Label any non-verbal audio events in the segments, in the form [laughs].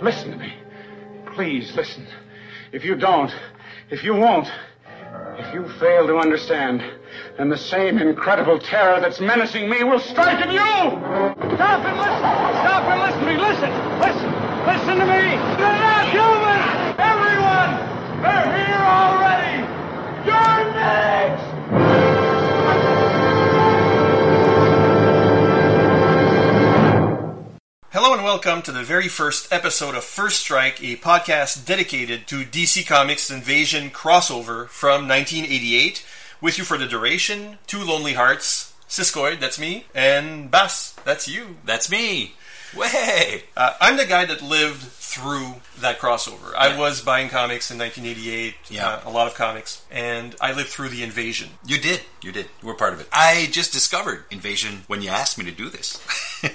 Listen to me. Please listen. If you don't, if you won't, if you fail to understand, then the same incredible terror that's menacing me will strike at you! Stop and listen! Stop and listen to me! Listen! Listen! Listen to me! They're not human! Everyone! They're here already! You're next! Hello and welcome to the very first episode of First Strike, a podcast dedicated to DC Comics Invasion crossover from 1988. With you for the duration, two Lonely Hearts, Siskoid, that's me, and Bass, that's you. That's me. Way. Uh, I'm the guy that lived through that crossover. I was buying comics in 1988, Yeah. uh, a lot of comics, and I lived through the invasion. You did. You did. You were part of it. I just discovered Invasion when you asked me to do this.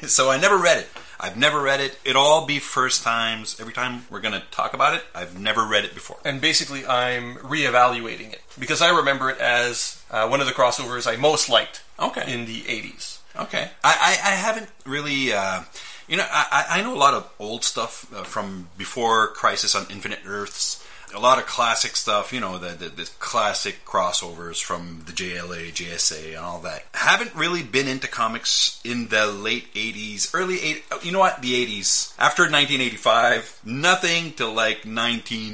[laughs] so I never read it. I've never read it. It'll all be first times. Every time we're going to talk about it, I've never read it before. And basically, I'm reevaluating it because I remember it as uh, one of the crossovers I most liked Okay. in the 80s. Okay. I, I, I haven't really. Uh, you know, I, I I know a lot of old stuff uh, from before Crisis on Infinite Earths. A lot of classic stuff, you know, the, the, the classic crossovers from the JLA, JSA, and all that. Haven't really been into comics in the late 80s, early 80s. You know what? The 80s. After 1985, nothing till like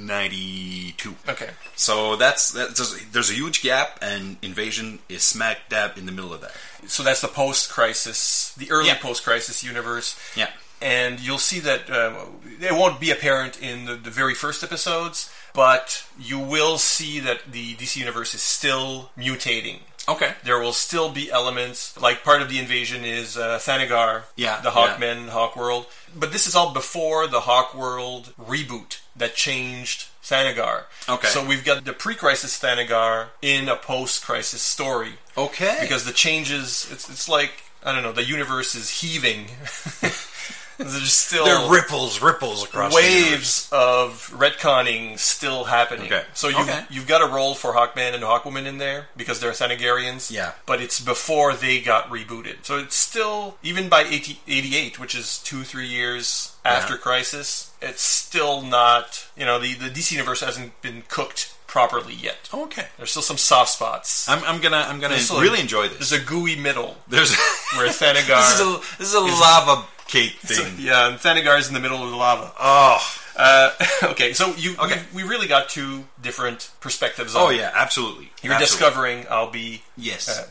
1992. Okay. So that's, that's there's, there's a huge gap, and Invasion is smack dab in the middle of that. so that's the post crisis, the early Yeah. post crisis universe. Yeah. And you'll see that uh, it won't be apparent in the, the very first episodes, but you will see that the DC universe is still mutating. Okay. There will still be elements like part of the invasion is uh, Thanagar, Yeah, the yeah. Hawkmen, Hawk World. But this is all before the Hawk World reboot that changed Thanagar. Okay. So we've got the pre-crisis Thanagar in a post-crisis story Okay. because the changes it's, it's like i don't know the universe is heaving [laughs] there's still there are ripples, ripples across waves of retconning still happening Okay. so you've, Okay. you've got a role for hawkman and hawkwoman in there because they're thanagarians Yeah. but it's before they got rebooted so it's still even by 80, 88 which is two three years after crisis it's still not you know the, the dc universe hasn't been cooked properly yet The universe. Okay. there's still some soft spots I'm, I'm gonna I'm gonna This'll- really enjoy this. there's a gooey middle [laughs] There's where Thanagar. this is a this is a lava cake thing. yeah, and Thanagar's in the middle of the lava. Oh. Uh, [laughs] okay, so you Okay. We, we really got two different perspectives. on Oh it. yeah, absolutely. you're Absolutely. discovering. I'll be Yes. uh,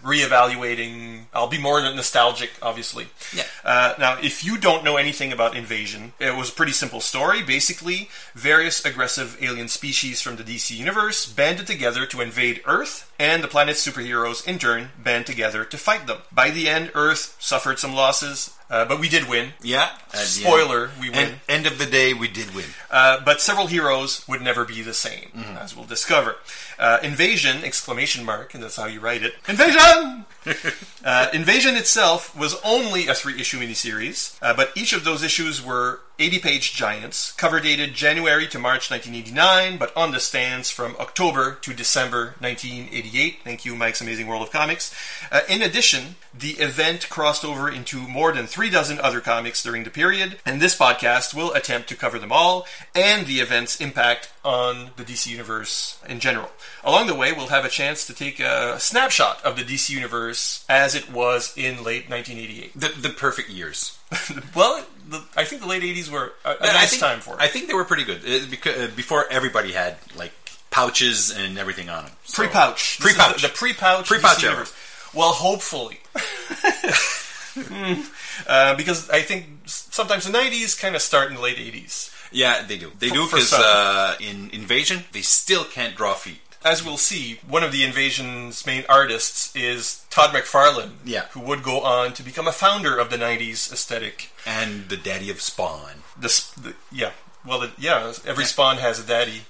reevaluating. I'll be more nostalgic, obviously. Yeah. Uh, now, if you don't know anything about Invasion, it was a pretty simple story. Basically, various aggressive alien species from the DC universe banded together to invade Earth, and the planet's superheroes, in turn, band together to fight them. By the end, Earth suffered some losses, uh, but we did win. Yeah. At the end. Spoiler, we And win. end of the day, we did win. Uh, but several heroes would never be the same, as we'll discover. Uh, invasion! Exclamation mark, and that's how you write it. Invasion! [laughs] uh, invasion itself was only a three-issue miniseries, uh, but each of those issues were 80-page giants, cover dated January to March 1989, but on the stands from October to December 1988. Thank you, Mike's Amazing World of Comics. Uh, in addition, the event crossed over into more than three dozen other comics during the period, and this podcast will attempt to cover them all and the event's impact on the DC Universe in general. Along the way, we'll have a chance to take a snapshot of the DC Universe as it was in late 1988. The, the perfect [laughs] years. [laughs] well, the, I think the late 80s were a, a And I nice think, time for it. I think they were pretty good uh, because, uh, before everybody had like pouches and everything on them. So- Pre-pouch. This is Pre-pouch. The, the pre-pouch. Pre-pouch DC era. universe. Well, hopefully. [laughs] [laughs] Hmm. Uh, because I think s- sometimes the 90s kind of start in the late 80s. Yeah, they do. They do for because some. uh, in Invasion, they still can't draw feet. As we'll see, one of the Invasion's main artists is Todd McFarlane, Yeah. who would go on to become a founder of the 90s aesthetic. And the daddy of Spawn. [laughs] The, s- the, yeah, well, the, yeah, every Spawn has a daddy.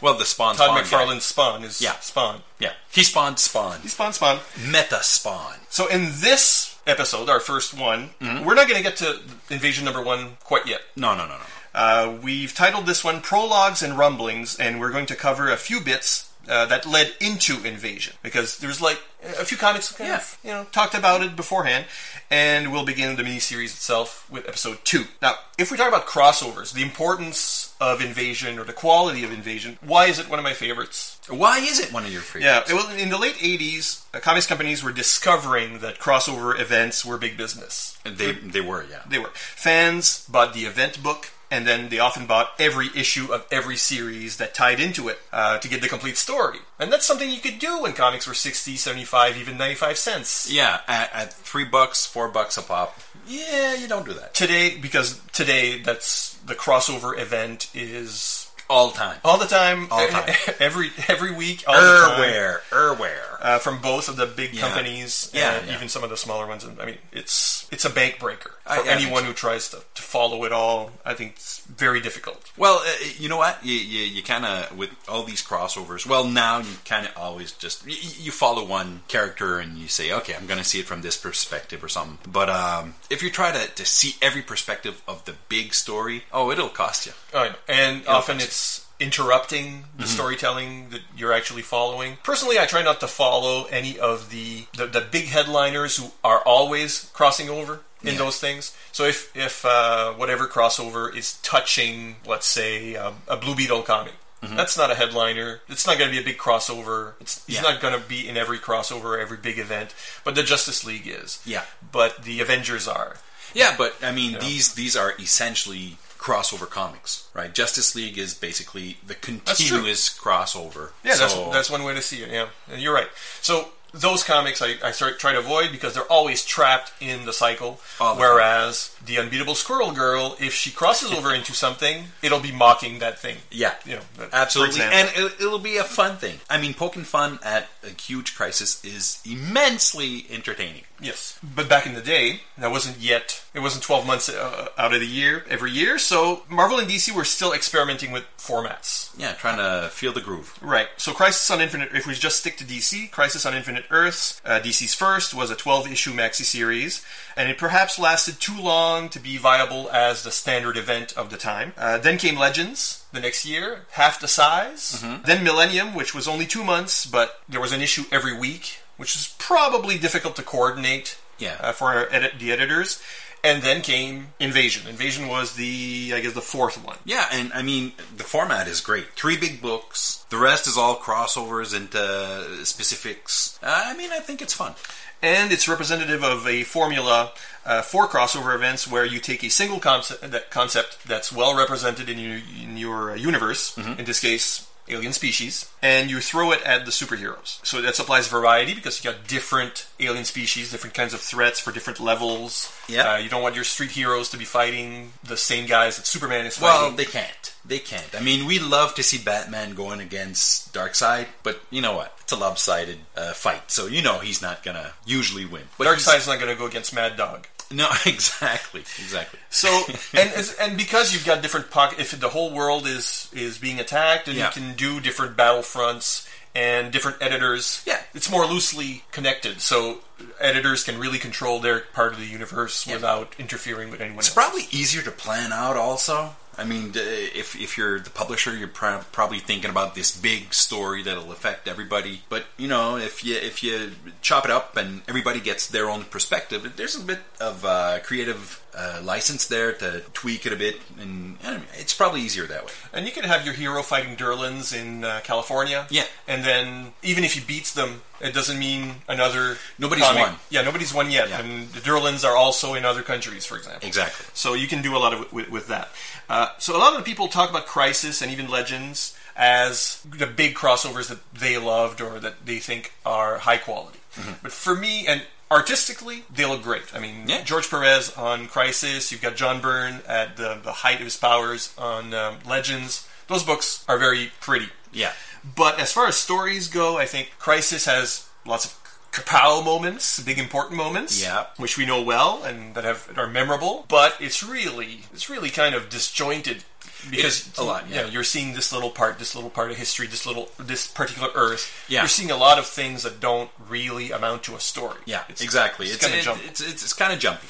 Well, the Spawn. Todd Spawn guy. McFarlane's Spawn is Yeah. Spawn. Yeah, he spawned Spawn. He's Spawn Spawn. Meta Spawn. So in this episode, our first one, Mm-hmm. we're not going to get to Invasion number one quite yet. No, no, no, no. Uh, we've titled this one Prologues and Rumblings, and we're going to cover a few bits uh, that led into Invasion because there's like a few comics kind Yeah. of you know talked about it beforehand, and we'll begin the miniseries itself with episode two. Now, if we talk about crossovers, the importance of Invasion or the quality of Invasion, why is it one of my favorites? Why is it one of your favorites? Yeah, it was- in the late '80s, uh, comics companies were discovering that crossover events were big business. They, they were, yeah. They were. Fans bought the event book, and then they often bought every issue of every series that tied into it uh, to get the complete story. And that's something you could do when comics were 60, 75, even 95 cents. Yeah, at, at three bucks, four bucks a pop. Yeah, you don't do that Today, because today that's the crossover event is all the time. all the time, e-, All the time. [laughs] every every week, all the time. Erware, erware. uh, from both of the big companies Yeah, and yeah. even some of the smaller ones. And I mean, it's it's a bank breaker for I- I think anyone so. who tries to, to follow it all. I think it's very difficult. Well, uh, you know what? You, you, you kind of, with all these crossovers, well, now you kind of always just, you, you follow one character and you say, okay, I'm going to see it from this perspective or something. But um, if you try to, to see every perspective of the big story, oh, it'll cost you. Oh, yeah. And often that's- Mm-hmm. it's interrupting the storytelling that you're actually following. Personally, I try not to follow any of the the, the big headliners who are always crossing over in Yeah. those things. So if if uh, whatever crossover is touching, let's say um, a Blue Beetle comic. Mm-hmm. That's not a headliner. It's not going to be a big crossover. It's, he's Yeah. not going to be in every crossover, every big event. But the Justice League is. Yeah. But the Avengers are. Yeah, but I mean, these these are essentially crossover comics, right? Justice League is basically the true. continuous crossover. Yeah, So- that's that's one way to see it. Yeah, And you're right. So those comics I, I start, try to avoid because they're always trapped in the cycle. All the time. whereas the unbeatable Squirrel Girl, if she crosses over into something, it'll be mocking that thing. Yeah, You know, that- for absolutely, example. and it, it'll be a fun thing. I mean, poking fun at a huge crisis is immensely entertaining. Yes, but back in the day, that wasn't yet. It wasn't 12 months uh, out of the year every year. So Marvel and DC were still experimenting with formats. Yeah, trying to feel the groove. Right. So Crisis on Infinite, if we just stick to DC, Crisis on Infinite Earths, uh, DC's first, was a 12 issue maxi series, and it perhaps lasted too long to be viable as the standard event of the time. Uh, then came Legends the next year, half the size. Then Millennium, which was only two months, but there was an issue every week, which is probably difficult to coordinate Yeah. uh, for our edit- the editors. And then came Invasion. Invasion was the, I guess, the fourth one. Yeah, and I mean the format is great. Three big books. The rest is all crossovers into specifics. Uh, I mean, I think it's fun. and it's representative of a formula uh, for crossover events where you take a single concept, that concept that's well represented in your, in your uh, universe, Mm-hmm. in this case, alien species, and you throw it at the superheroes. So that supplies variety because you got different alien species, different kinds of threats for different levels. Yeah. Uh, you don't want your street heroes to be fighting the same guys that Superman is fighting. Well, they can't. They can't. I mean, we love to see Batman going against Darkseid, but you know what? It's a lopsided uh, fight, so you know he's not gonna usually win. But he's- Darkseid's not going to go against Mad Dog. [laughs] No, exactly, exactly. [laughs] So and it's- and because you've got different pocket, if the whole world is is being attacked, and Yeah. you can do different battle fronts and different editors. Yeah. it's more loosely connected, so editors can really control their part of the universe without interfering with anyone It's else. probably easier to plan out, also. I mean, d- if if you're the publisher, you're prob- probably thinking about this big story that'll affect everybody. But you know, if you if you chop it up and everybody gets their own perspective, there's a bit of uh, creative uh, license there to tweak it a bit, and I mean, it's probably easier that way. and you can have your hero fighting Derlins in uh, California. Yeah. and then even if he beats them, it doesn't mean another Nobody's comic- won. Yeah, nobody's won yet, Yeah. and the Derlins are also in other countries, for example. Exactly. So you can do a lot of with, with that. Uh, so a lot of the people talk about Crisis and even Legends as the big crossovers that they loved or that they think are high quality. Mm-hmm. But for me and artistically, they look great. I mean, Yeah. George Perez on Crisis, you've got John Byrne at the, the height of his powers on um, Legends. Those books are very pretty. Yeah. But as far as stories go, I think Crisis has lots of kapow moments, big important moments, Yeah. which we know well and that have that are memorable. But it's really it's really kind of disjointed because is a lot, yeah. you know, you're seeing this little part, this little part of history, this little this particular Earth. Yeah. You're seeing a lot of things that don't really amount to a story. Yeah, It's- exactly. It's, It's kind of it- jumpy. it's, it's, it's kind of jumpy.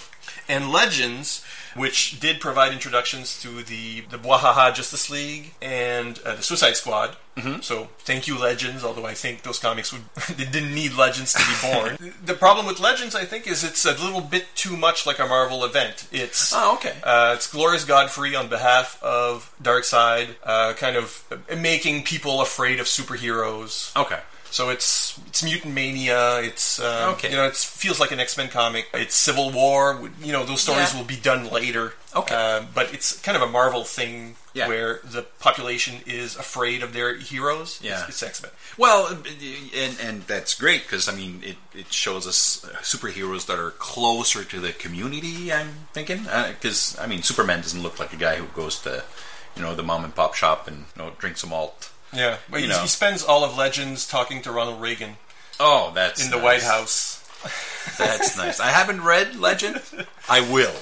And Legends which did provide introductions to the the Bwahaha Justice League and uh, the Suicide Squad. Mm-hmm. So thank you, Legends. Although I think those comics would [laughs] they didn't need Legends to be born. [laughs] the problem with Legends, I think, is it's a little bit too much like a Marvel event. It's Oh, okay. uh, it's Glorious Godfrey on behalf of Darkseid, uh, kind of making people afraid of superheroes. Okay. So it's it's mutant mania. It's uh, Okay. you know it feels like an X Men comic. It's Civil War. w- You know those stories Yeah. will be done later. Okay. uh, but it's kind of a Marvel thing Yeah. where the population is afraid of their heroes. Yeah. it's, it's X Men. Well, and and that's great because I mean it, it shows us uh, superheroes that are closer to the community. I'm thinking because I mean Superman doesn't look like a guy who goes to you know the mom and pop shop and you know drinks some malt. Yeah, but You he, know. he spends all of Legends talking to Ronald Reagan Oh, that's in the nice. White House. [laughs] That's nice. I haven't [laughs] read Legend. I will.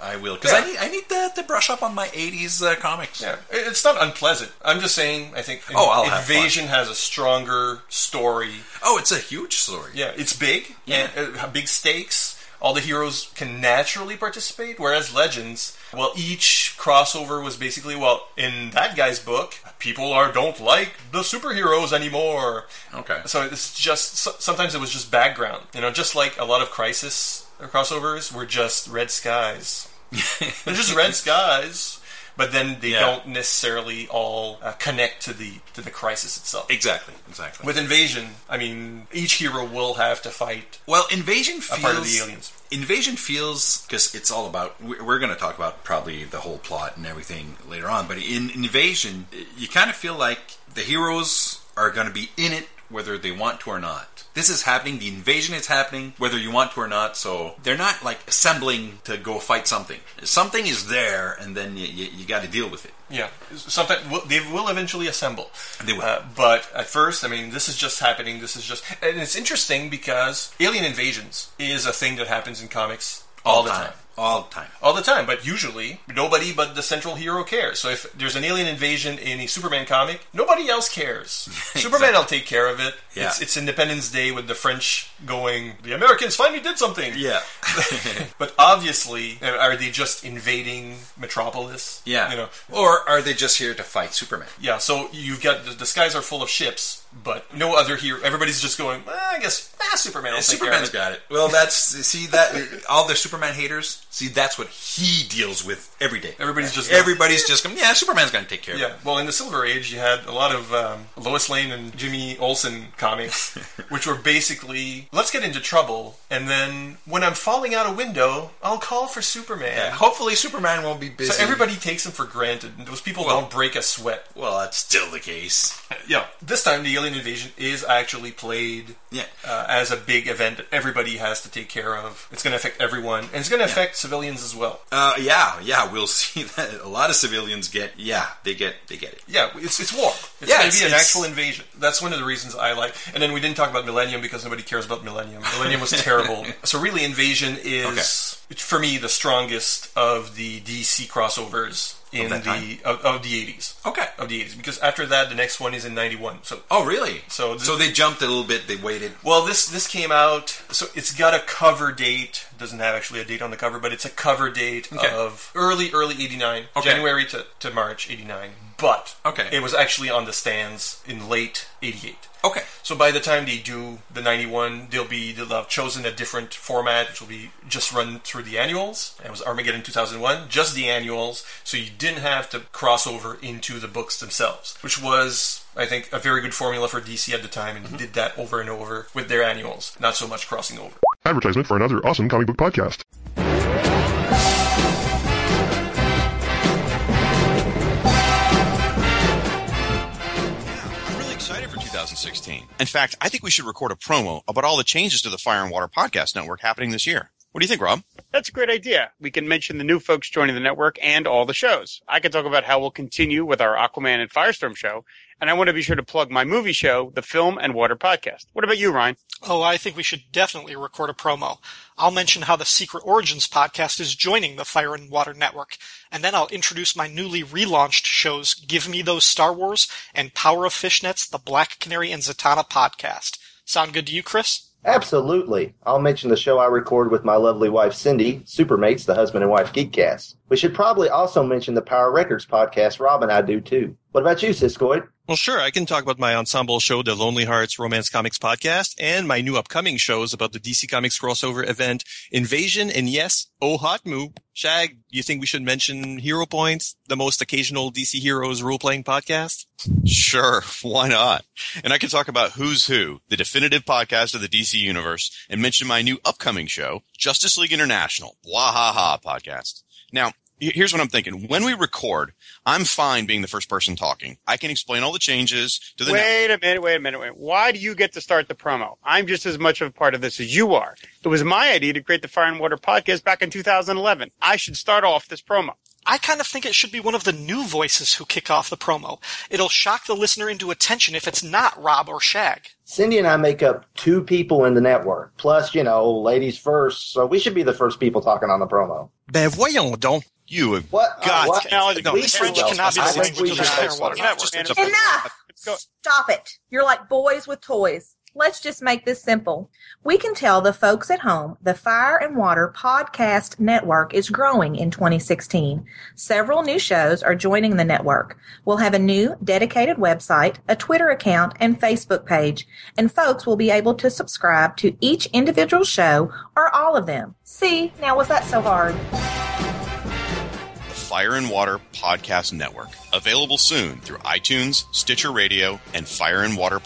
I will because Yeah. I need I need to, to brush up on my '80s uh, comics. Yeah, It- it's not unpleasant. I'm just saying. I think Oh, I'll have fun. Invasion has a stronger story. Oh, it's a huge story. Yeah, it's big. Yeah. and, uh, big stakes. All the heroes can naturally participate, whereas Legends, well, each crossover was basically, well, in that guy's book, people are don't like the superheroes anymore. Okay. So it's just so- sometimes it was just background, you know, just like a lot of Crisis crossovers were just red [laughs] skies. They're just red skies, but then they Yeah. don't necessarily all uh, connect to the to the Crisis itself. Exactly. Exactly. With Invasion, I mean, each hero will have to fight Well, invasion feels part of the aliens. Invasion feels because it's all about. we- We're going to talk about probably the whole plot and everything later on, but in invasion, you kind of feel like the heroes are going to be in it whether they want to or not. This is happening. The invasion is happening whether you want to or not. So they're not like assembling to go fight something. Something is there, and then you, you, you got to deal with it. Yeah, sometimes will, they will eventually assemble. They will. Uh, but at first, I mean, this is just happening. This is just, and it's interesting because alien invasions is a thing that happens in comics all, the time. All the time. All the time, but usually nobody but the central hero cares. So if there's an alien invasion in a Superman comic, nobody else [laughs] cares. Superman will take care of it. Yeah. It's, it's Independence Day with the French going, the Americans finally did something. Yeah. [laughs] But obviously, uh, are they just invading Metropolis? yeah. You know, Or are they just here to fight Superman? yeah, so you've got the, the skies are full of ships, but no other hero. Everybody's just going. "Ah, I guess ah, Superman. will take care of Superman's it." got it. Well, that's see that all the Superman haters. See, that's what he deals with every day. Everybody's just- everybody's just going. Yeah, Superman's going to take care of Yeah, well, in the Silver Age, you had a lot of um, Lois Lane and Jimmy Olsen [laughs] comics, which were basically let's get into trouble, and then when I'm falling out a window, I'll call for Superman. it. Hopefully, Superman won't be busy. So everybody takes him for granted. and Those people Well- don't break a sweat. Well, that's still the case. Yeah, this time the alien invasion is actually played Yeah. uh, as a big event that everybody has to take care of. It's going to affect everyone, and it's going to affect civilians as well. Uh, yeah, yeah. We'll [laughs] see that a lot of civilians get. Yeah, they get. They get it. Yeah, it's, it's war. It's Yeah, going it's- to be an it's- actual invasion. That's one of the reasons I like. And then we didn't talk about Millennium because nobody cares about Millennium. Millennium [laughs] was terrible. So really, Invasion is for me the strongest of the DC crossovers in that the of, of the eighties. Okay. Of the eighties, because after that, the next one is in ninety one. So Oh, really? So th- so they jumped a little bit. They waited. well, this this came out, so it's got a cover date. Doesn't have actually a date on the cover, but it's a cover date Okay. of early early '89, Okay. January to, to March '89. But Okay. it was actually on the stands in late '88. Okay. So by the time they do the '91, they'll be they'll have chosen a different format, which will be just run through the annuals. It was Armageddon 2001, just the annuals, so you didn't have to cross over into the books themselves, which was I think a very good formula for DC at the time, and did that over and over with their annuals, not so much crossing over. Advertisement for another awesome comic book podcast. I'm really excited for 2016. In fact, I think we should record a promo about all the changes to the Fire and Water Podcast Network happening this year. What do you think, Rob? That's a great idea. We can mention the new folks joining the network and all the shows. I can talk about how we'll continue with our Aquaman and Firestorm show, and I want to be sure to plug my movie show, the Film and Water Podcast. What about you, Ryan? Oh, I think we should definitely record a promo. I'll mention how the Secret Origins podcast is joining the Fire and Water Network, and then I'll introduce my newly relaunched shows, Give Me Those Star Wars and Power of Fishnets, the Black Canary and Zatanna podcast. Sound good to you, Chris? Absolutely. I'll mention the show I record with my lovely wife Cindy, Supermates, the husband and wife Geekcast. We should probably also mention the Power Records podcast Rob and I do too. What about you, Siskoid? Well, sure, I can talk about my ensemble show, the Lonely Hearts Romance Comics Podcast, and my new upcoming shows about the DC Comics crossover event, Invasion, and yes, Oh Hot Moo. Shag, you think we should mention Hero Points, the most occasional DC Heroes role-playing podcast? Sure, why not? And I can talk about Who's Who, the definitive podcast of the DC Universe, and mention my new upcoming show, Justice League International, Wahaha podcast. Now, he- here's what I'm thinking. When we record, I'm fine being the first person talking. I can explain all the changes to the Wait a minute, wait a minute, wait. Why do you get to start the promo? I'm just as much of a part of this as you are. It was my idea to create the Fire and Water podcast back in 2011. I should start off this promo. I kind of think it should be one of the new voices who kick off the promo. It'll shock the listener into attention if it's not Rob or Shag. Cindy and I make up two people in the network, plus, you know, ladies first, so we should be the first people talking on the promo. Ben voyons donc. you have What? uh, God, what? no, We French should- cannot be the I think language we of the should- Firewater Network. Just- it's a- Enough! Go. Stop it. You're like boys with toys. Let's just make this simple. We can tell the folks at home the Fire and Water Podcast Network is growing in 2016. Several new shows are joining the network. We'll have a new dedicated website, a Twitter account, and Facebook page, and folks will be able to subscribe to each individual show or all of them. See, now was that so hard? the Fire and Water Podcast Network, available soon through iTunes, Stitcher Radio, and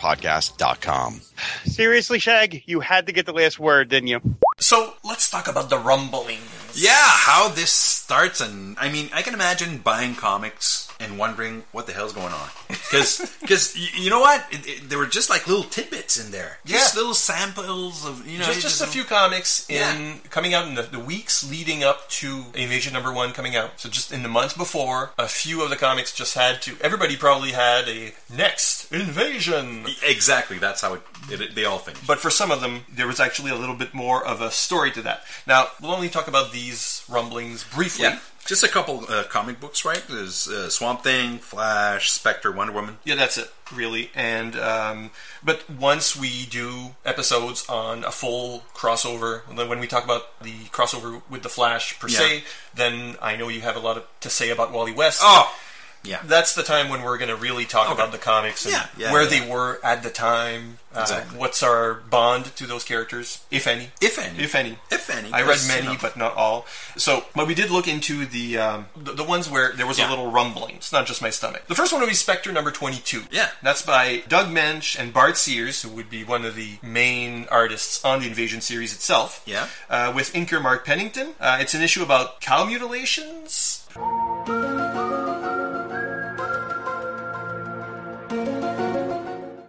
fireandwaterpodcast.com. Seriously, Shag, you had to get the last word, didn't you? So let's talk about the rumbling. Yeah, how this starts, and I mean, I can imagine buying comics and wondering what the hell's going on. [laughs] Because, you know what? It, it, there were just like little tidbits in there. Just Yeah. little samples of, you know. Just, it just a few comics in coming out in the, the weeks leading up to Invasion Number One coming out. So just in the months before, a few of the comics just had to. Everybody probably had a next Invasion. E, Exactly, that's how it, it, it- they all finish. But for some of them, there was actually a little bit more of a story to that. Now, we'll only talk about these rumblings briefly. Yeah. Just a couple uh, comic books, right? There's uh, Swamp Thing, Flash, Spectre, Wonder Woman. Yeah, that's it, really. And um, but once we do episodes on a full crossover, then when we talk about the crossover with the Flash per se, Yeah. then I know you have a lot of, to say about Wally West. Oh! Yeah. That's the time when we're going to really talk about the comics and Yeah, yeah, where yeah. they were at the time. uh, Exactly. what's our bond to those characters, if any? If any. If any. If any, I read because, you many, know. but not all. So, but we did look into the um, the, the ones where there was a Yeah. little rumbling. It's not just my stomach. The first one would be Spectre number 22. Yeah. That's by Doug Mensch and Bart Sears, who would be one of the main artists on the Invasion series itself. Yeah. Uh, with inker Mark Pennington. Uh, it's an issue about cow mutilations. I,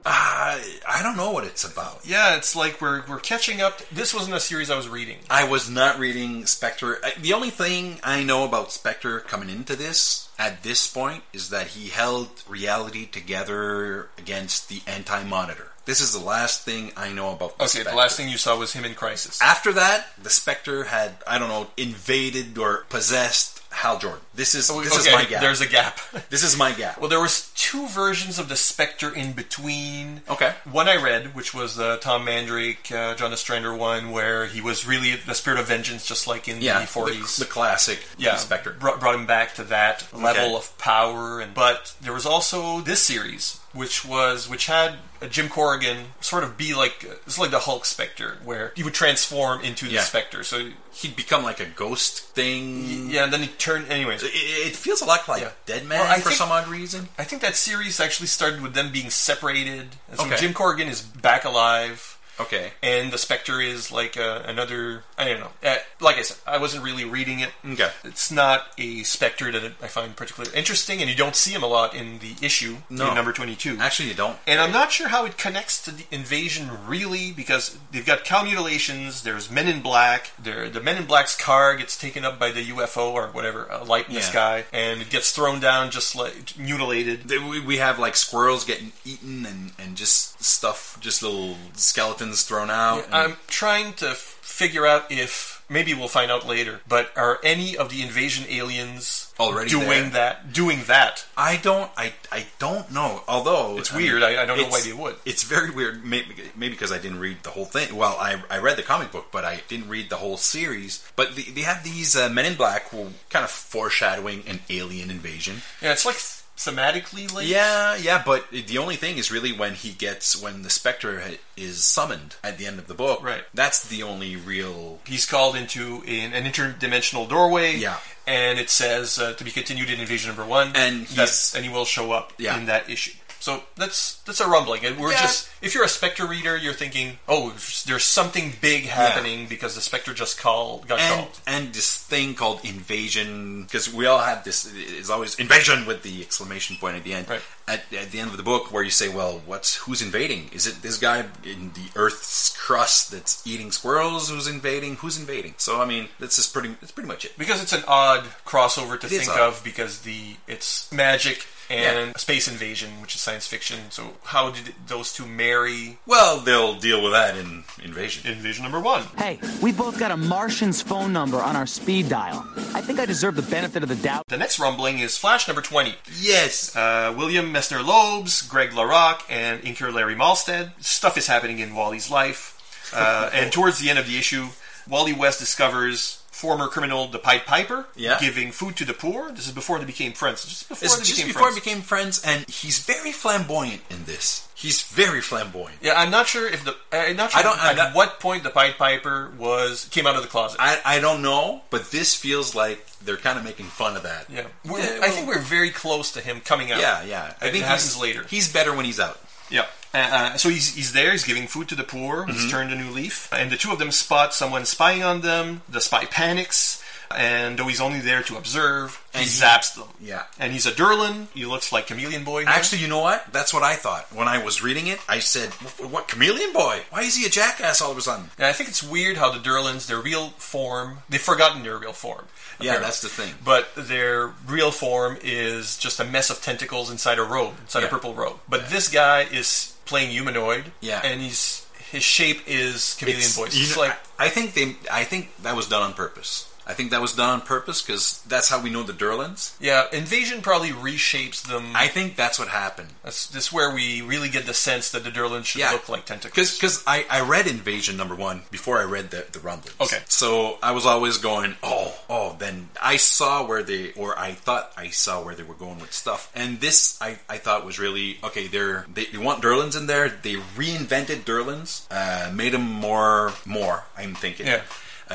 Ah, I don't know what it's about. Yeah, it's like we're, we're catching up. This wasn't a series I was reading. I was not reading Spectre. I, the only thing I know about Spectre coming into this at this point is that he held reality together against the Anti Monitor. This is the last thing I know about. Okay, the Spectre. last thing you saw was him in Crisis. After that, the Spectre had I don't know invaded or possessed Hal Jordan. This is this okay, is my gap. There's a gap. [laughs] this is my gap. well, there was two versions of the Spectre in between. Okay. One I read, which was the Tom Mandrake, uh, John Ostrander one, where he was really the spirit of vengeance, just like in yeah, the 40s. the, the classic yeah, Spectre. Brought, brought him back to that level of power. And but there was also this series, which was which had uh, Jim Corrigan sort of be like it's like the Hulk Spectre, where he would transform into the Yeah. Spectre. So He'd become like a ghost thing. yeah, and then he turned. Anyways, It, it feels a lot like Yeah. Dead Man Well, I for think- some odd reason. I think that series actually started with them being separated. And so Okay. Jim Corrigan is back alive. Okay. And the Spectre is like uh another. I don't know. Uh, like I said, I wasn't really reading it. Okay. It's not a Spectre that I find particularly interesting, and you don't see him a lot in the issue, No. in number 22. Actually, you don't. And I'm not sure how it connects to the invasion really, because they've got cow mutilations. There's Men in Black. There, the Men in Black's car gets taken up by the UFO or whatever, a light in the Yeah. sky, and it gets thrown down just like mutilated. They- we- We have like squirrels getting eaten and, and just um, stuff, just little skeletons thrown out. and- I'm trying to f- figure out if maybe we'll find out later. But are any of the invasion aliens Already doing there. that? Doing that? I don't. I, I don't know. Although It's weird. I- I don't know why it's- they would. It's very weird. Maybe maybe because I didn't read the whole thing. Well, I, I read the comic book, but I didn't read the whole series. But they, they have these uh, Men in Black, who kind of foreshadowing an alien invasion. Yeah, it's like th- thematically linked. Yeah, yeah. But the only thing is really when he gets when the Spectre ha- is summoned at the end of the book. Right. That's the only real. He's called into in an interdimensional doorway. Yeah. And it says uh, to be continued in Invasion Number One. And that's, he's- and he will show up Yeah. in that issue. So that's that's a rumbling, and we're Yeah. just if you're a Spectre reader, you're thinking, oh, there's something big happening because the Spectre just called got And, called. and this thing called invasion because we all have this it's always invasion with the exclamation point at the end Right. at, at the end of the book where you say well what's who's invading is it this guy in the earth's crust that's eating squirrels who's invading who's invading so i mean this is pretty that's pretty much it Because it's an odd crossover to It is think odd. of because the it's magic and Yeah. space invasion, which is science fiction. So how did those two marry well they'll deal with that in invasion Invasion Number One? Hey, we both got a Martian's phone number on our speed dial. I think I deserve the benefit of the doubt. The next rumbling is Flash Number Twenty. yes Uh, William Messner Loebs, Greg LaRocque, and inker Larry Malstead. Stuff is happening in Wally's life. Uh, and towards the end of the issue, Wally West discovers former criminal the Pied Piper Yeah. giving food to the poor. This is before they became friends. Just before It's they just became before friends. I became friends, and he's very flamboyant in this. He's very flamboyant. yeah, I'm not sure if the I'm not sure I don't- at I'm not- what point the Pied Piper was came out of the closet. I, I don't know, but this feels like they're kind of making fun of that. yeah, We're- Yeah, I well- think we're very close to him coming out. Yeah, yeah. I It think happens he's, later. He's better when he's out. Yeah. Uh, uh, so he's, he's there, he's giving food to the poor, he's turned a new leaf, and the two of them spot someone spying on them. The spy panics, and though he's only there to observe, he And he- zaps them. yeah. And he's a Durlin, he looks like Chameleon Boy. now. Actually, you know what? That's what I thought when I was reading it. I said, "Wh- "What chameleon boy? Why is he a jackass all of a sudden?" And I think it's weird how the Durlins, their real form, they've forgotten their real form. Yeah, apparently. that's the thing. But their real form is just a mess of tentacles inside a robe, inside a Yeah. purple robe. But this guy is playing humanoid, Yeah. and he's his shape is chameleon It's- boy. you It's know, like I, I think they. I think that was done on purpose. I think that was done on purpose because that's how we know the Durlins. Yeah, Invasion probably reshapes them. I think that's what happened. that's, this is where we really get the sense that the Durlins should look like tentacles. Because I, I read Invasion number one before I read the, the Rumblings. Okay. So I was always going, oh, oh, then I saw where they, or I thought I saw where they were going with stuff. And this I, I thought was really, okay, they're, they, they want Derlins in there. They reinvented Derlins, uh, made them more, more, I'm thinking. Yeah.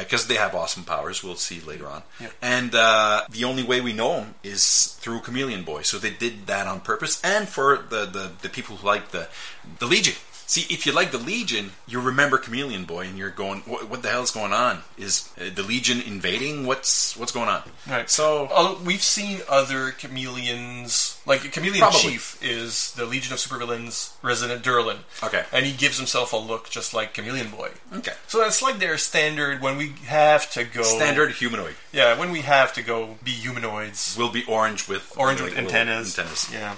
Because Uh, they have awesome powers, we'll see later on. And uh, the only way we know them is through Chameleon Boy. So they did that on purpose, and for the, the, the people who like the the Legion. See, if you like the Legion, you remember Chameleon Boy, and you're going, "What, what the hell's going on? Is uh, the Legion invading? What's what's going on?" Right. So Although we've seen other chameleons, like Chameleon Probably. Chief is the Legion of Supervillains resident Durlin. Okay. and he gives himself a look just like Chameleon Boy. okay, So that's like their standard when we have to go standard humanoid Yeah, when we have to go be humanoids. will be orange with Orange like with little antennas. antennas. Yeah.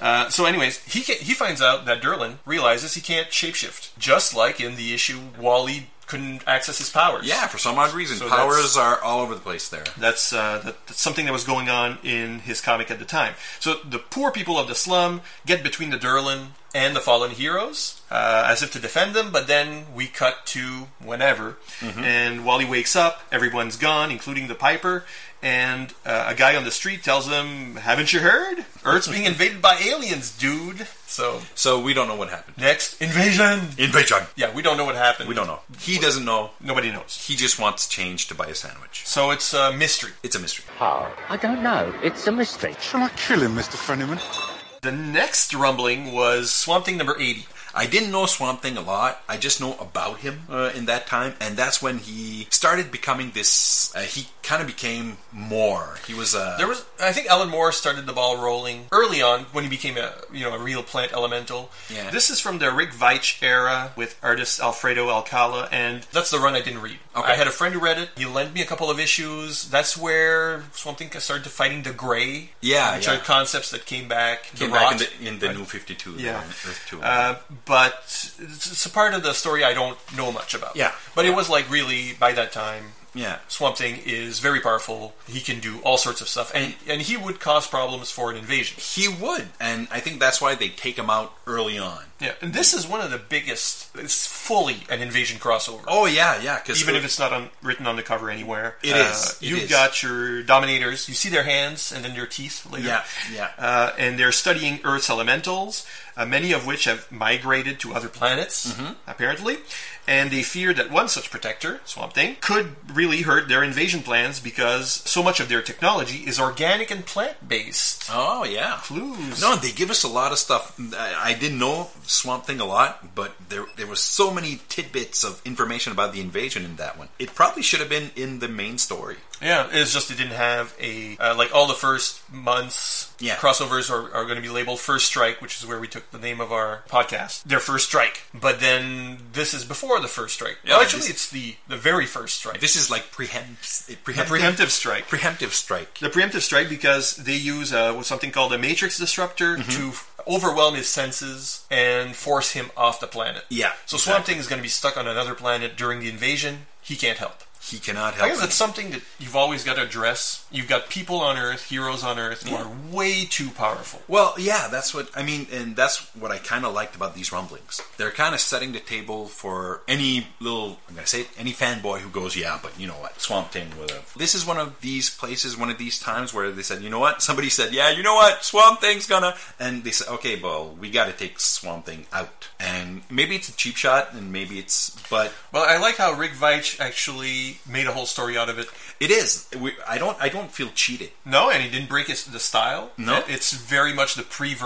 Uh, so, anyways, he ca he finds out that Derlin realizes he can't shapeshift, just like in the issue Wally couldn't access his powers. Yeah, for some odd reason, So that's- powers are all over the place there. That's, uh, that, that's something that was going on in his comic at the time. So the poor people of the slum get between the Derlin and the fallen heroes uh, as if to defend them, but then we cut to whenever. Mm-hmm. And Wally wakes up, everyone's gone, including the Piper, and uh, a guy on the street tells him, Haven't you heard? Earth's being invaded by aliens, dude. So So we don't know what happened. next, invasion! Invasion. Yeah, we don't know what happened. We don't know. He doesn't know. Nobody knows. He just wants change to buy a sandwich. So it's a mystery. It's a mystery. I don't know. It's a mystery. The next rumbling was Swamp Thing number 80. I didn't know Swamp Thing a lot. I just know about him uh, in that time, and that's when he started becoming this. Uh, he kind of became more. He was uh, a. There was, I think, Alan Moore started the ball rolling early on when he became a you know a real plant elemental. Yeah. This is from the Rick Veitch era with artist Alfredo Alcala, and that's the run I didn't read. Okay. I had a friend who read it. He lent me a couple of issues. That's where Swamp Thing started fighting the gray. Yeah, which yeah. are concepts that came back. came the rot. back in the, in the New Fifty Two. Yeah. Earth Two. Uh, but it's, it's a part of the story I don't know much about. Yeah. But it was like really by that time Yeah. Swamp Thing is very powerful. He can do all sorts of stuff, and and he would cause problems for an invasion. He would, and I think that's why they take him out early on. Yeah, and this is one of the biggest. It's fully an invasion crossover. Oh yeah, yeah. Because even if it's not on, written on the cover anywhere. It it is. It you've is. got your dominators. You see their hands and then their teeth later. Yeah, yeah. Uh, and they're studying Earth's elementals, uh, many of which have migrated to other planets, Mm-hmm. apparently. And they fear that one such protector, Swamp Thing, could really hurt their invasion plans because so much of their technology is organic and plant based. Oh yeah. Clues. No, they give us a lot of stuff. I, I didn't know Swamp Thing a lot, but there there was so many tidbits of information about the invasion in that one. It probably should have been in the main story. Yeah, it's just it didn't have a uh, like all the first months Yeah. crossovers are, are going to be labeled First Strike, which is where we took the name of our podcast. Their First Strike, but then this is before the First Strike. Yeah, well, actually, this- it's the the very first strike. This is like preempt, the preemptive, preemptive strike. preemptive strike. The preemptive strike because they use uh, what's something called a matrix disruptor to f- overwhelm his senses and force him off the planet. Yeah, So Swamp Thing is going to be stuck on another planet during the invasion. He can't help. He cannot help. I guess it. that's something that you've always got to address. You've got people on Earth, heroes on Earth, who are way too powerful. Well, yeah, that's what I mean, and that's what I kind of liked about these rumblings. They're kind of setting the table for any little, I'm gonna say it, any fanboy who goes, yeah, but you know what, Swamp Thing would have. This is one of these places, one of these times where they said, you know what, somebody said, yeah, you know what, Swamp Thing's gonna, and they said, okay, well, we got to take Swamp Thing out, and maybe it's a cheap shot, and maybe it's, but Well, I like how Rick Veitch actually made a whole story out of it. it is. We, I don't, I don't feel cheated. No, and he didn't break his, the style. No. It- it's very much the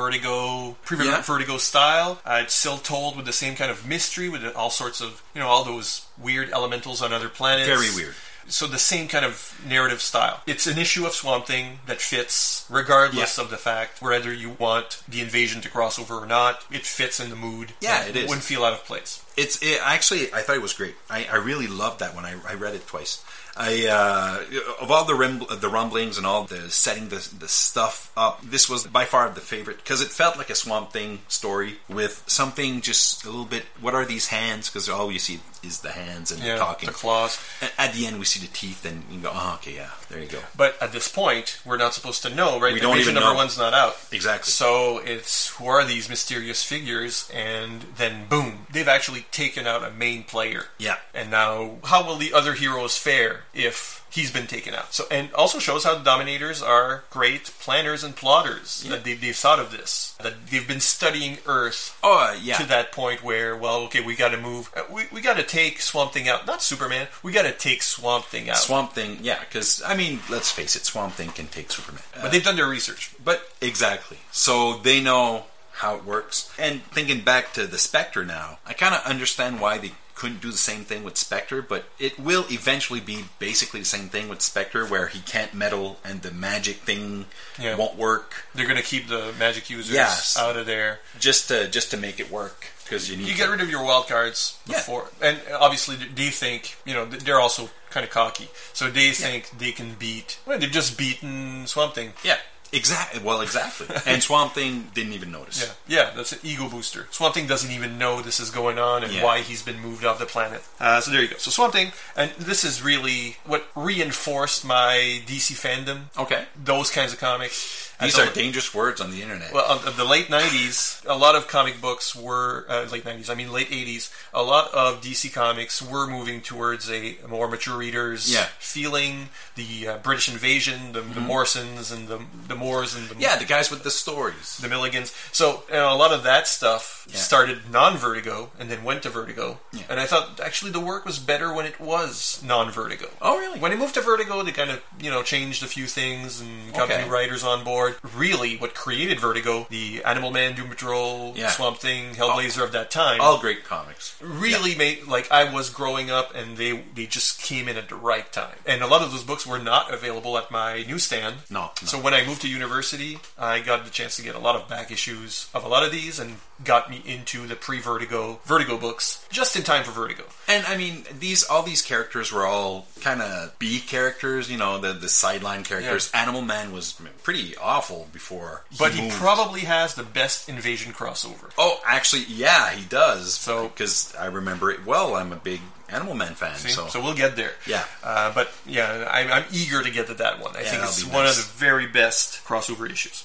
pre-Vertigo, Yeah. pre-Vertigo style. Uh, it's still told with the same kind of mystery, with all sorts of you know all those weird elementals on other planets. Very weird. So the same kind of narrative style. It's an issue of Swamp Thing that fits, regardless Yeah. of the fact whether you want the invasion to cross over or not. It fits in the mood. Yeah, And it is. Wouldn't feel out of place. It's it, actually, I thought it was great. I, I really loved that one. I, I read it twice. I uh, of all the rim, the rumblings and all the setting the, the stuff up, this was by far the favorite because it felt like a Swamp Thing story with something just a little bit. What are these hands? Because all you see is the hands and Yeah, talking. the claws. A- At the end, we see the teeth, and you go, "Oh, okay, yeah, there you go." But at this point, we're not supposed to know, right? We the don't Vision even number know. one's not out. Exactly. So it's who are these mysterious figures? And then boom, they've actually taken out a main player. Yeah. And now, how will the other heroes fare if he's been taken out? So, and also shows how the Dominators are great planners and plotters. That they, they've thought of this. That they've been studying Earth Oh, yeah. to that point where, well, okay, we got to move. uh, We, we got to take Swamp Thing out. Not Superman. We got to take Swamp Thing out. Swamp Thing, yeah, because I mean, let's face it, Swamp Thing can take Superman. Uh, but they've done their research. But exactly. So they know how it works. And thinking back to the Spectre now, I kind of understand why they couldn't do the same thing with Spectre, but it will eventually be basically the same thing with Spectre where he can't meddle and the magic thing Yeah. won't work They're going to keep the magic users Yes. out of there. just to just to make it work because you need You to- get rid of your wild cards Yeah. before, and obviously they think you know they're also kind of cocky, so they think they can beat. Well, they've just beaten Swamp Thing. Yeah. Exactly. Well, [laughs] exactly. and Swamp Thing didn't even notice. Yeah, yeah, that's an ego booster. Swamp Thing doesn't even know this is going on and Yeah. why he's been moved off the planet. Uh, so there you go. So Swamp Thing, and this is really what reinforced my DC fandom. Okay. Those kinds of comics. These At are the- dangerous words on the internet. Well, of- of the late '90s, a lot of comic books were uh, late '90s. I mean, late '80s. A lot of DC comics were moving towards a more mature readers Yeah. Mm-hmm. feeling. The uh, British invasion, the, the Morrisons and the the Moors and the yeah, the guys with the stories. the Milligans. So you know, a lot of that stuff Yeah. started non-Vertigo and then went to Vertigo. Yeah. And I thought actually the work was better when it was non-Vertigo. Oh, really? When it moved to Vertigo, they kind of you know changed a few things and got Okay. new writers on board. Really, what created Vertigo, the Animal Man, Doom Patrol, Yeah. Oh, Swamp Thing, Hellblazer of that time, All great comics. really made like I was growing up, and they they just came in at the right time. And a lot of those books were not available at my newsstand. No, no. So when I moved to university, I got the chance to get a lot of back issues of a lot of these, and got me into the pre-Vertigo Vertigo books just in time for Vertigo. And I mean, these all these characters were all kind of B characters, you know, the the sideline characters. Animal Man was pretty awe awful before. But he moved. probably has the best invasion crossover. Oh, actually, yeah, he does. So because I remember it well, I'm a big Animal Man fan. See? So. So we'll get there. Yeah. Uh, but yeah, I'm, I'm eager to get to that one. I Yeah, think that'll it's be one nice. of the very best crossover issues.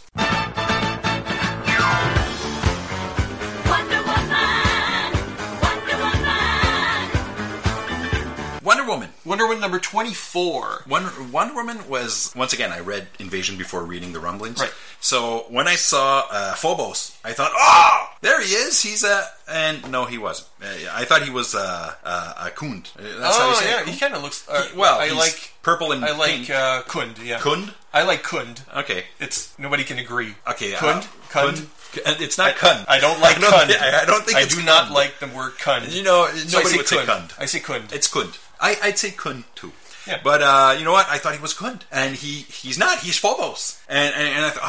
Wonder Woman. Wonder Woman number 24. Wonder, Wonder Woman was once again. I read Invasion before reading the Rumblings. Right. So when I saw uh, Phobos, I thought, "Oh, there he is. He's a." And no, he wasn't. Uh, I thought he was a a, a Kund. Uh, That's how you oh, say yeah, it. he kind of looks. Uh, He- well, I he's like. purple and I like pink. uh, Kund, yeah. Kund? I like Kund. Okay. It's nobody can agree. Okay. uh, Kund? Kund? Kund. It's not Kund. I don't like [laughs] I don't Kund. thi- I don't think I it's do not Kund. like the word Kund. You know, so I nobody would say Kund. Kund. I say Kund. It's Kund. I, I'd say Kund too. Yeah. But uh, you know what? I thought he was Kund, and he he's not. He's Phobos, and and, and I thought,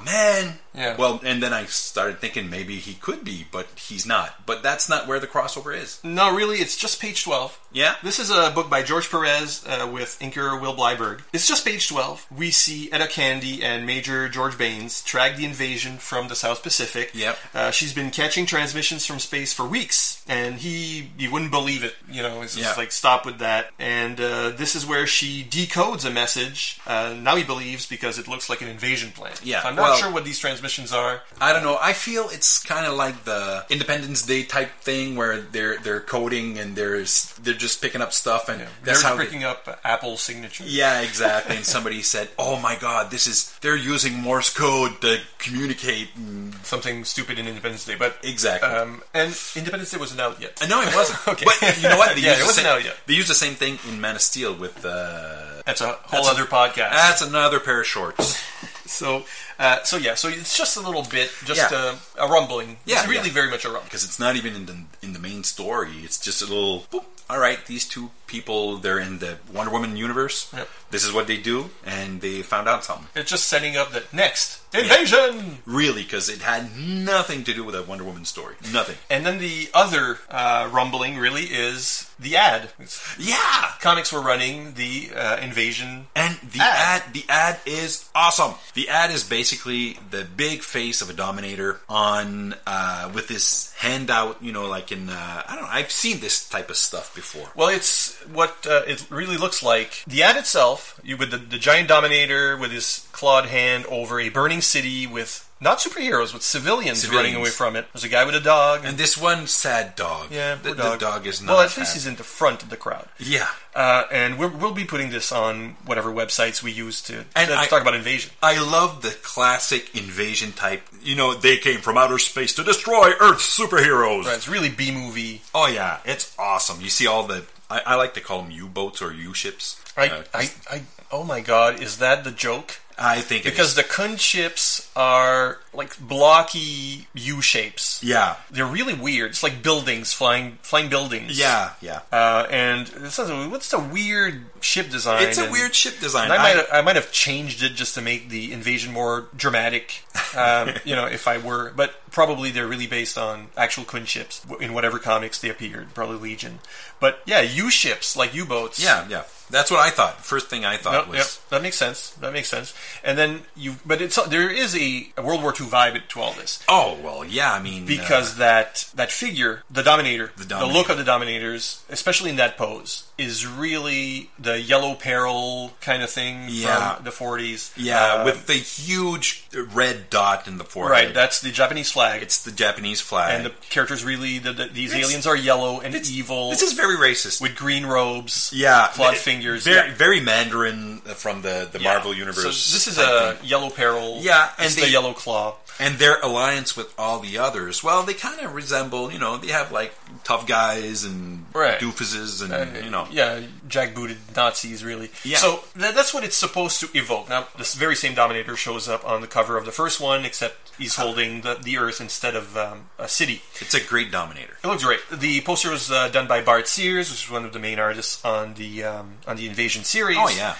oh man. Yeah. Well, and then I started thinking maybe he could be, but he's not. But that's not where the crossover is. No, really, it's just page 12. Yeah? This is a book by George Perez uh, with inker Will Blyberg. It's just page 12. We see Etta Candy and Major George Baines track the invasion from the South Pacific. Yep. Uh, she's been catching transmissions from space for weeks, and he, you wouldn't believe it. You know, it's just Yeah. like, stop with that. And uh, this is where she decodes a message. Uh, now he believes because it looks like an invasion plan. Yeah, I'm not well- sure what these transmissions are. I don't know. I feel it's kind of like the Independence Day type thing where they're they're coding and there's they're just picking up stuff, and that's They're how they- picking up Apple signatures. Yeah, exactly. And somebody [laughs] said, "Oh my God, this is—they're using Morse code to communicate." And something stupid in Independence Day, but Exactly. Um, and Independence Day wasn't out yet. uh, no, it wasn't. [laughs] okay, But you know what? They yeah, used it the wasn't same, out yet. They used the same thing in Man of Steel with. Uh, That's a whole that's a- other podcast. That's another pair of shorts. so, uh, so yeah, so it's just a little bit, just uh, Yeah. a, a rumbling. Yeah, it's really yeah. very much a rumbling. because it's not even in the in the main story. It's just a little. boop, all right, these two people—they're in the Wonder Woman universe. Yep. This is what they do, and they found out something. It's just setting up that next invasion, Really, because it had nothing to do with that Wonder Woman story. Nothing. and then the other uh, rumbling really is the ad. It's- Yeah. comics were running the uh, invasion. And the Ad. ad. the ad is awesome. The ad is basically the big face of a Dominator on uh, with this handout. You know, like in uh, I don't know. I've seen this type of stuff before. Well, it's what uh, it really looks like. The ad itself, you with the, the giant dominator with his clawed hand over a burning city with not superheroes, but civilians, Civilians. running away from it. There's a guy with a dog. And this one sad dog. yeah, the, poor the dog. dog is not. Well, at least happy. he's in the front of the crowd. Yeah. Uh, and we're, we'll be putting this on whatever websites we use to, And to I- talk about invasion. I love the classic invasion type. You know, they came from outer space to destroy Earth's superheroes. Right, it's really B movie. Oh yeah, it's awesome. You see all the. I, I like to call them U-boats or U-ships. I, Uh, I, I, oh my god, is that the joke? I think it Because is. the Kun ships are like blocky U shapes. yeah, They're really weird. It's like buildings, flying, flying buildings. yeah, yeah. Uh, and it says, what's the weird ship design? It's a And- weird ship design. And I might I- have, I might have changed it just to make the invasion more dramatic, [laughs] um, you know, if I were. But probably they're really based on actual Quinn ships w- in whatever comics they appeared, probably Legion. But yeah, U ships like U boats. yeah, yeah. That's what I thought. First thing I No, thought yep, was that makes sense. That makes sense. And then you, but it's there is a, a World War II vibe to all this oh well, yeah. I mean, because that that figure, the Dominator, the, Dominator. look of the Dominators, especially in that pose, is really the Yellow Peril kind of thing Yeah. from the forties. uh, yeah, with the huge red dot in the forehead. right, that's the Japanese flag. it's the Japanese flag. and the characters really the, the, these It's- aliens are yellow and It's- evil This is very racist. with green robes, Yeah, clawed it- fingers, Very, yeah. very Mandarin uh, from the, the Yeah. Marvel universe. So this is type a thing. yellow peril. Yeah, and and the they- yellow claw. and their alliance with all the others. Well, they kind of resemble, you know, they have like tough guys and Right. Uh, doofuses and Uh, you know, yeah, jack booted Nazis, really. Yeah. So tha that's what it's supposed to evoke. Now, this very same Dominator shows up on the cover of the first one, except he's holding the, the Earth instead of um, a city. it's a great dominator. It looks great. The poster was uh, done by Bart Sears, which is one of the main artists on the um, on the Invasion series. Oh, yeah.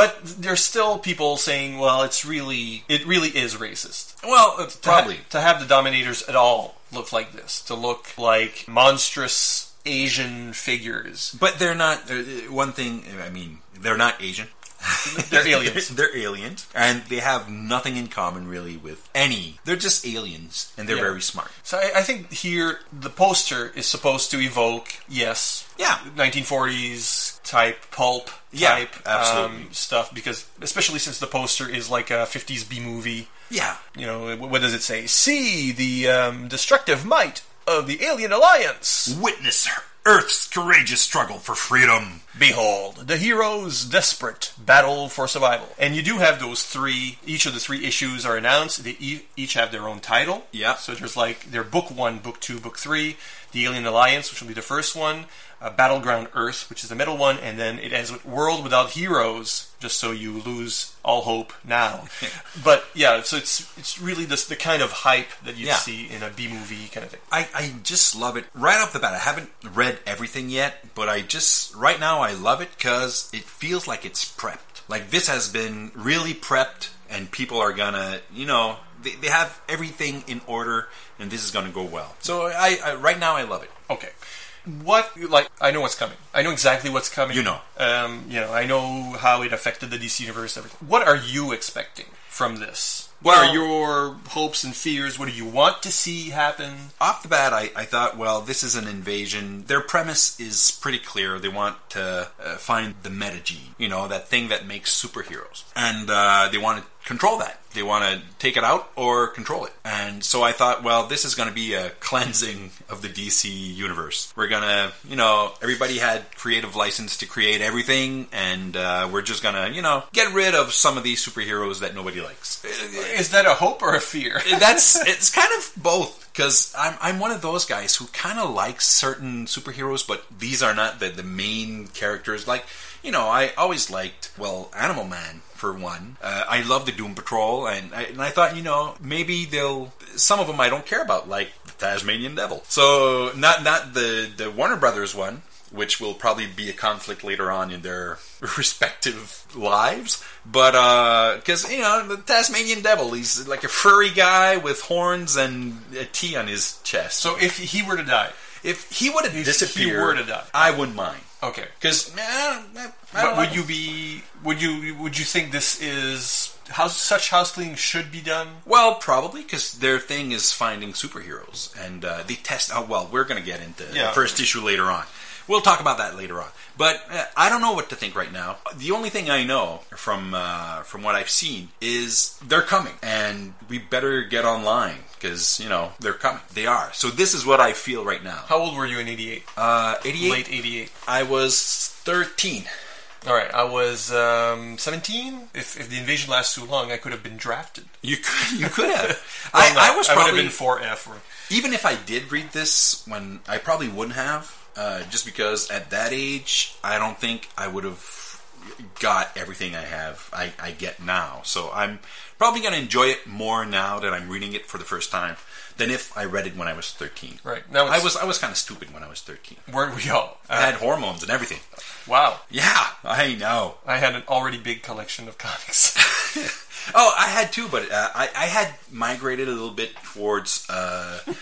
But there's still people saying, "Well, it's really it really is racist." Well, uh, To ha- [laughs] probably. to have the Dominators at all look like this, to look like monstrous Asian figures. But they're not uh, uh, one thing, I mean, they're not Asian. [laughs] They're aliens. [laughs] they're aliens, and they have nothing in common really with any. They're just aliens, and they're Yeah. very smart. So I, I think here the poster is supposed to evoke, yes, Yeah. 1940s type pulp Yeah, type absolutely. um, stuff because especially since the poster is like a 50s B movie. Yeah, You know, wh- what does it say? See the um, destructive might of the alien alliance. witness Earth's courageous struggle for freedom. Behold, the heroes' desperate battle for survival. And you do have those three, each of the three issues are announced. They e- each have their own title. Yeah. So there's like their book one, book two, book three, The Alien Alliance, which will be the first one, uh, Battleground Earth, which is the middle one, and then it ends with World Without Heroes, just so you lose all hope [laughs] now. but yeah, so it's it's really this, the kind of hype that you Yeah. would see in a B movie kind of thing. I, I just love it right off the bat. I haven't read everything yet, but I just right now I love it because it feels like it's prepped. Like this has been really prepped, and people are gonna, you know, they, they have everything in order, and this is gonna go well. So I, I right now I love it. Okay. What like I know what's coming. I know exactly what's coming. You know. Um, you know, I know how it affected the DC universe everything. What are you expecting from this? What Well- are your hopes and fears? What do you want to see happen? off the bat, I, I thought, well, this is an invasion. Their premise is pretty clear. They want to uh, find the metagene, you know, that thing that makes superheroes. And uh, they want to control that. They want to take it out or control it. And so I thought, well, this is going to be a cleansing of the DC universe. We're going to, you know, everybody had creative license to create everything, and uh, we're just going to, you know, get rid of some of these superheroes that nobody likes. Uh, Is that a hope or a fear? [laughs] that's it's kind of both because I'm I'm one of those guys who kind of likes certain superheroes, but these are not the the main characters. Like you know, I always liked well Animal Man for one. Uh, I love the Doom Patrol, and I, and I thought you know maybe they'll some of them I don't care about like the Tasmanian Devil. So not not the the Warner Brothers one. Which will probably be a conflict later on in their [laughs] respective lives, but uh, because you know the Tasmanian devil, he's like a furry guy with horns and a T on his chest. So so if he were to die. if he would have he disappeared, were to die. I wouldn't mind. Okay. Because Oh. But would you be would you would you think this is how such house cleaning should be done? Well, probably because their thing is finding superheroes, and uh, they test. Oh, well, we're going to get into Yeah. the first issue later on. We'll talk about that later on. But uh, I don't know what to think right now. The only thing I know from uh, from what I've seen is they're coming, and we better get online because you know they're coming. They are. So this is what I feel right now. How old were you in 88? Uh, Eighty-eight. Late 88. I was thirteen. All right, I was um, 17. If, if the invasion lasts too long, I could have been drafted. You could, you could [laughs] have. Well, I, no, I was I probably would have been 4F. Or, even if I did read this when I probably wouldn't have, uh, just because at that age, I don't think I would have got everything I have I, I get now. So I'm probably going to enjoy it more now that I'm reading it for the first time than if I read it when I was 13. Right. Now it's- I was I was kind of stupid when I was 13. weren't we all? Uh, I had hormones and everything. Wow. Yeah, I know. I had an already big collection of [laughs] comics. Oh, I had too, but uh, I, I had migrated a little bit towards uh, uh,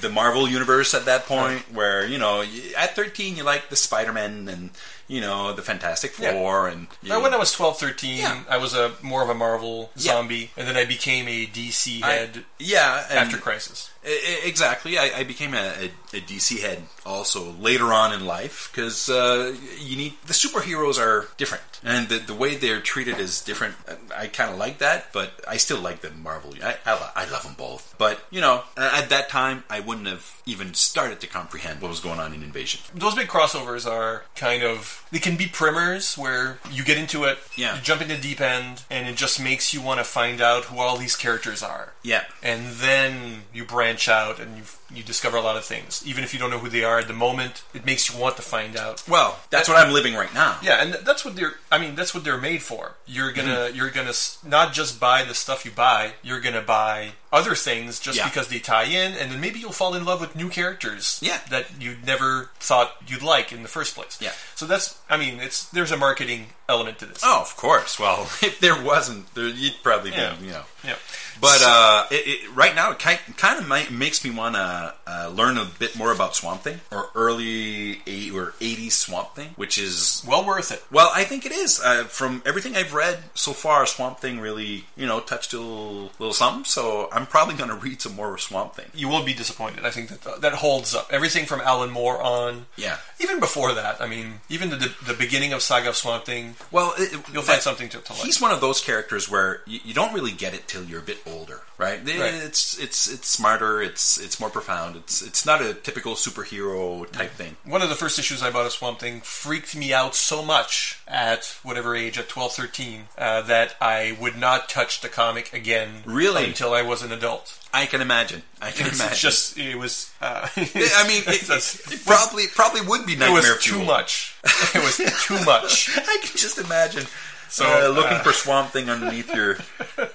the Marvel universe at that point, where you know, y- at thirteen, you like the Spider Man and you know the Fantastic Yeah. Four, and you, Now, when I was 12, 13, Yeah. I was a more of a Marvel Yeah. zombie, and then I became a DC I- head yeah, and- after Crisis. I- I- exactly. I, I became a, a, a DC head also later on in life because uh, you need the superheroes are different, and the, the way they're treated is different. I kind of like that, but I still like the Marvel. I, I, lo- I love them both, but you know, a- at that time, I wouldn't have even started to comprehend what was going on in Invasion. Those big crossovers are kind of they can be primers where you get into it, Yeah. you jump into deep end, and it just makes you want to find out who all these characters are. Yeah. and then you branch out and you you discover a lot of things. Even if you don't know who they are at the moment, it makes you want to find out. Well, that's what I'm living right now. Yeah, and that's what they're. I mean, that's what they're made for. You're gonna Mm-hmm. you're gonna s- not just buy the stuff you buy. You're gonna buy other things just Yeah. because they tie in, and then maybe you'll fall in love with new characters. Yeah. that you never thought you'd like in the first place. Yeah. So that's I mean, it's there's a marketing element to this. Oh, of course. Well, [laughs] if there wasn't, there, you'd probably Yeah. be, you know. Yeah. But So- uh, it, it, right now, it kind, kind of might, makes me want to uh, learn a bit more about Swamp Thing or early eight, or '80s Swamp Thing, which is well worth it. Well, I think it is. Uh, from everything I've read so far, Swamp Thing really, you know, touched a little, little something. So I'm probably going to read some more of Swamp Thing. you won't be disappointed. I think that uh, that holds up. Everything from Alan Moore on, Yeah. even before that. I mean, even the the beginning of Saga of Swamp Thing, Well, it, it- you'll that- find something to, to like. He's one of those characters where you, you don't really get it till you're a bit older, right? They- Right. It's it's it's smarter, it's it's more profound. It's it's not a typical superhero type thing. one of the first issues I bought of Swamp Thing freaked me out so much at whatever age, at 12, 13, uh, that I would not touch the comic again. Really? Until I was an adult. I can imagine. I can It's imagine. just, it was. Uh, I [laughs] mean, it, that's- it, it probably probably would be it nightmare was too fuel. much. It was too much. [laughs] I can just imagine. So So, looking uh, for Swamp Thing underneath your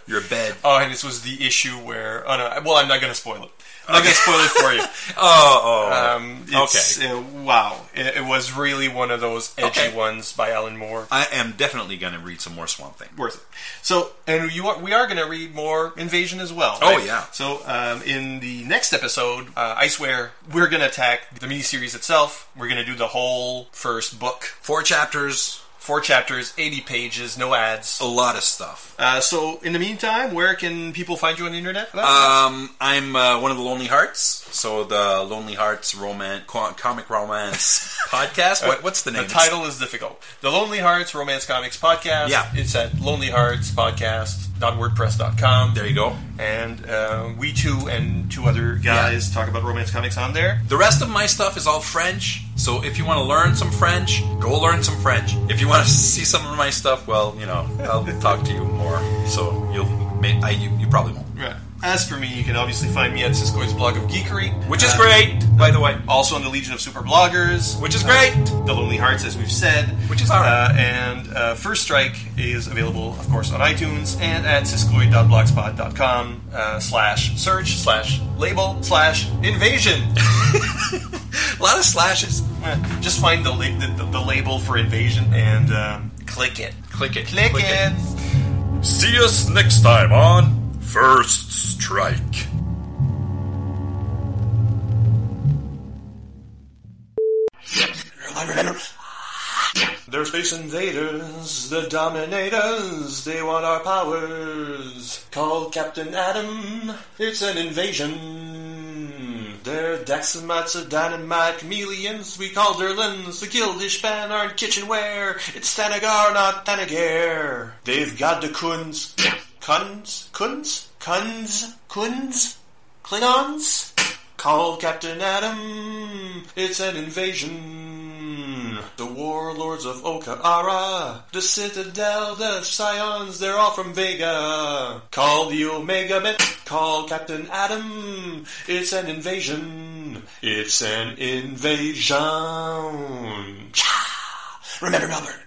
your [laughs] bed. Oh, and this was the issue where. Oh no! Well, I'm not going to spoil it. I'm not going to spoil it for [laughs] you. Oh, oh. Um, it's, okay. Uh, wow, it, it was really one of those edgy Okay. ones by Alan Moore. I am definitely going to read some more Swamp Thing. Worth it. So, and you are, we are going to read more Invasion as well. Oh, right? yeah. So, um, in the next episode, uh, I swear we're going to attack the miniseries itself. We're going to do the whole first book, Four chapters, four chapters, eighty pages, no ads. a lot of stuff. Uh, so, in the meantime, where can people find you on the internet? for that? Um, I'm uh, one of the Lonely Hearts, so the Lonely Hearts romance, co- comic [laughs] romance podcast. What, what's the name? Uh, The title is difficult. The Lonely Hearts Romance Comics Podcast. Yeah. It's at lonelyheartspodcast.wordpress.com. There you go. And uh, we two and two other guys talk about romance comics on there. The rest of my stuff is all French, so if you want to learn some French, go learn some French. If you want to [laughs] see some of my stuff, well, you know, I'll talk to you more. So you'll, may, I, you, you probably won't. Right. As for me, you can obviously find me at Siskoid's blog of geekery, Which is Uh, great, by the way. Also on the Legion of Super Bloggers, Which is great. The Lonely Hearts, as we've said, uh, Which is alright. Uh, and uh, First Strike is available, of course, on iTunes and at siskoid.blogspot.com uh, slash search slash label slash [laughs] invasion. A lot of slashes. Eh, Just find the, la- the, the, the label for invasion and um, click it. Click it. Click, it. See us next time on First Strike. They're space invaders, the dominators, they want our powers. Call Captain Adam, it's an invasion. They're Daxamites, a dynamite chameleons, we call their lens, the Gildish pan, our kitchenware. It's Thanagar, not Thanagare. They've got the Kuns. Kuns? Kuns? Kuns? Kuns? Klingons? Call Captain Adam. It's an invasion. The warlords of Okara, the Citadel, the Scions, they're all from Vega. Call the Omega Men. Call Captain Adam. It's an invasion. It's an invasion. Remember Melbourne.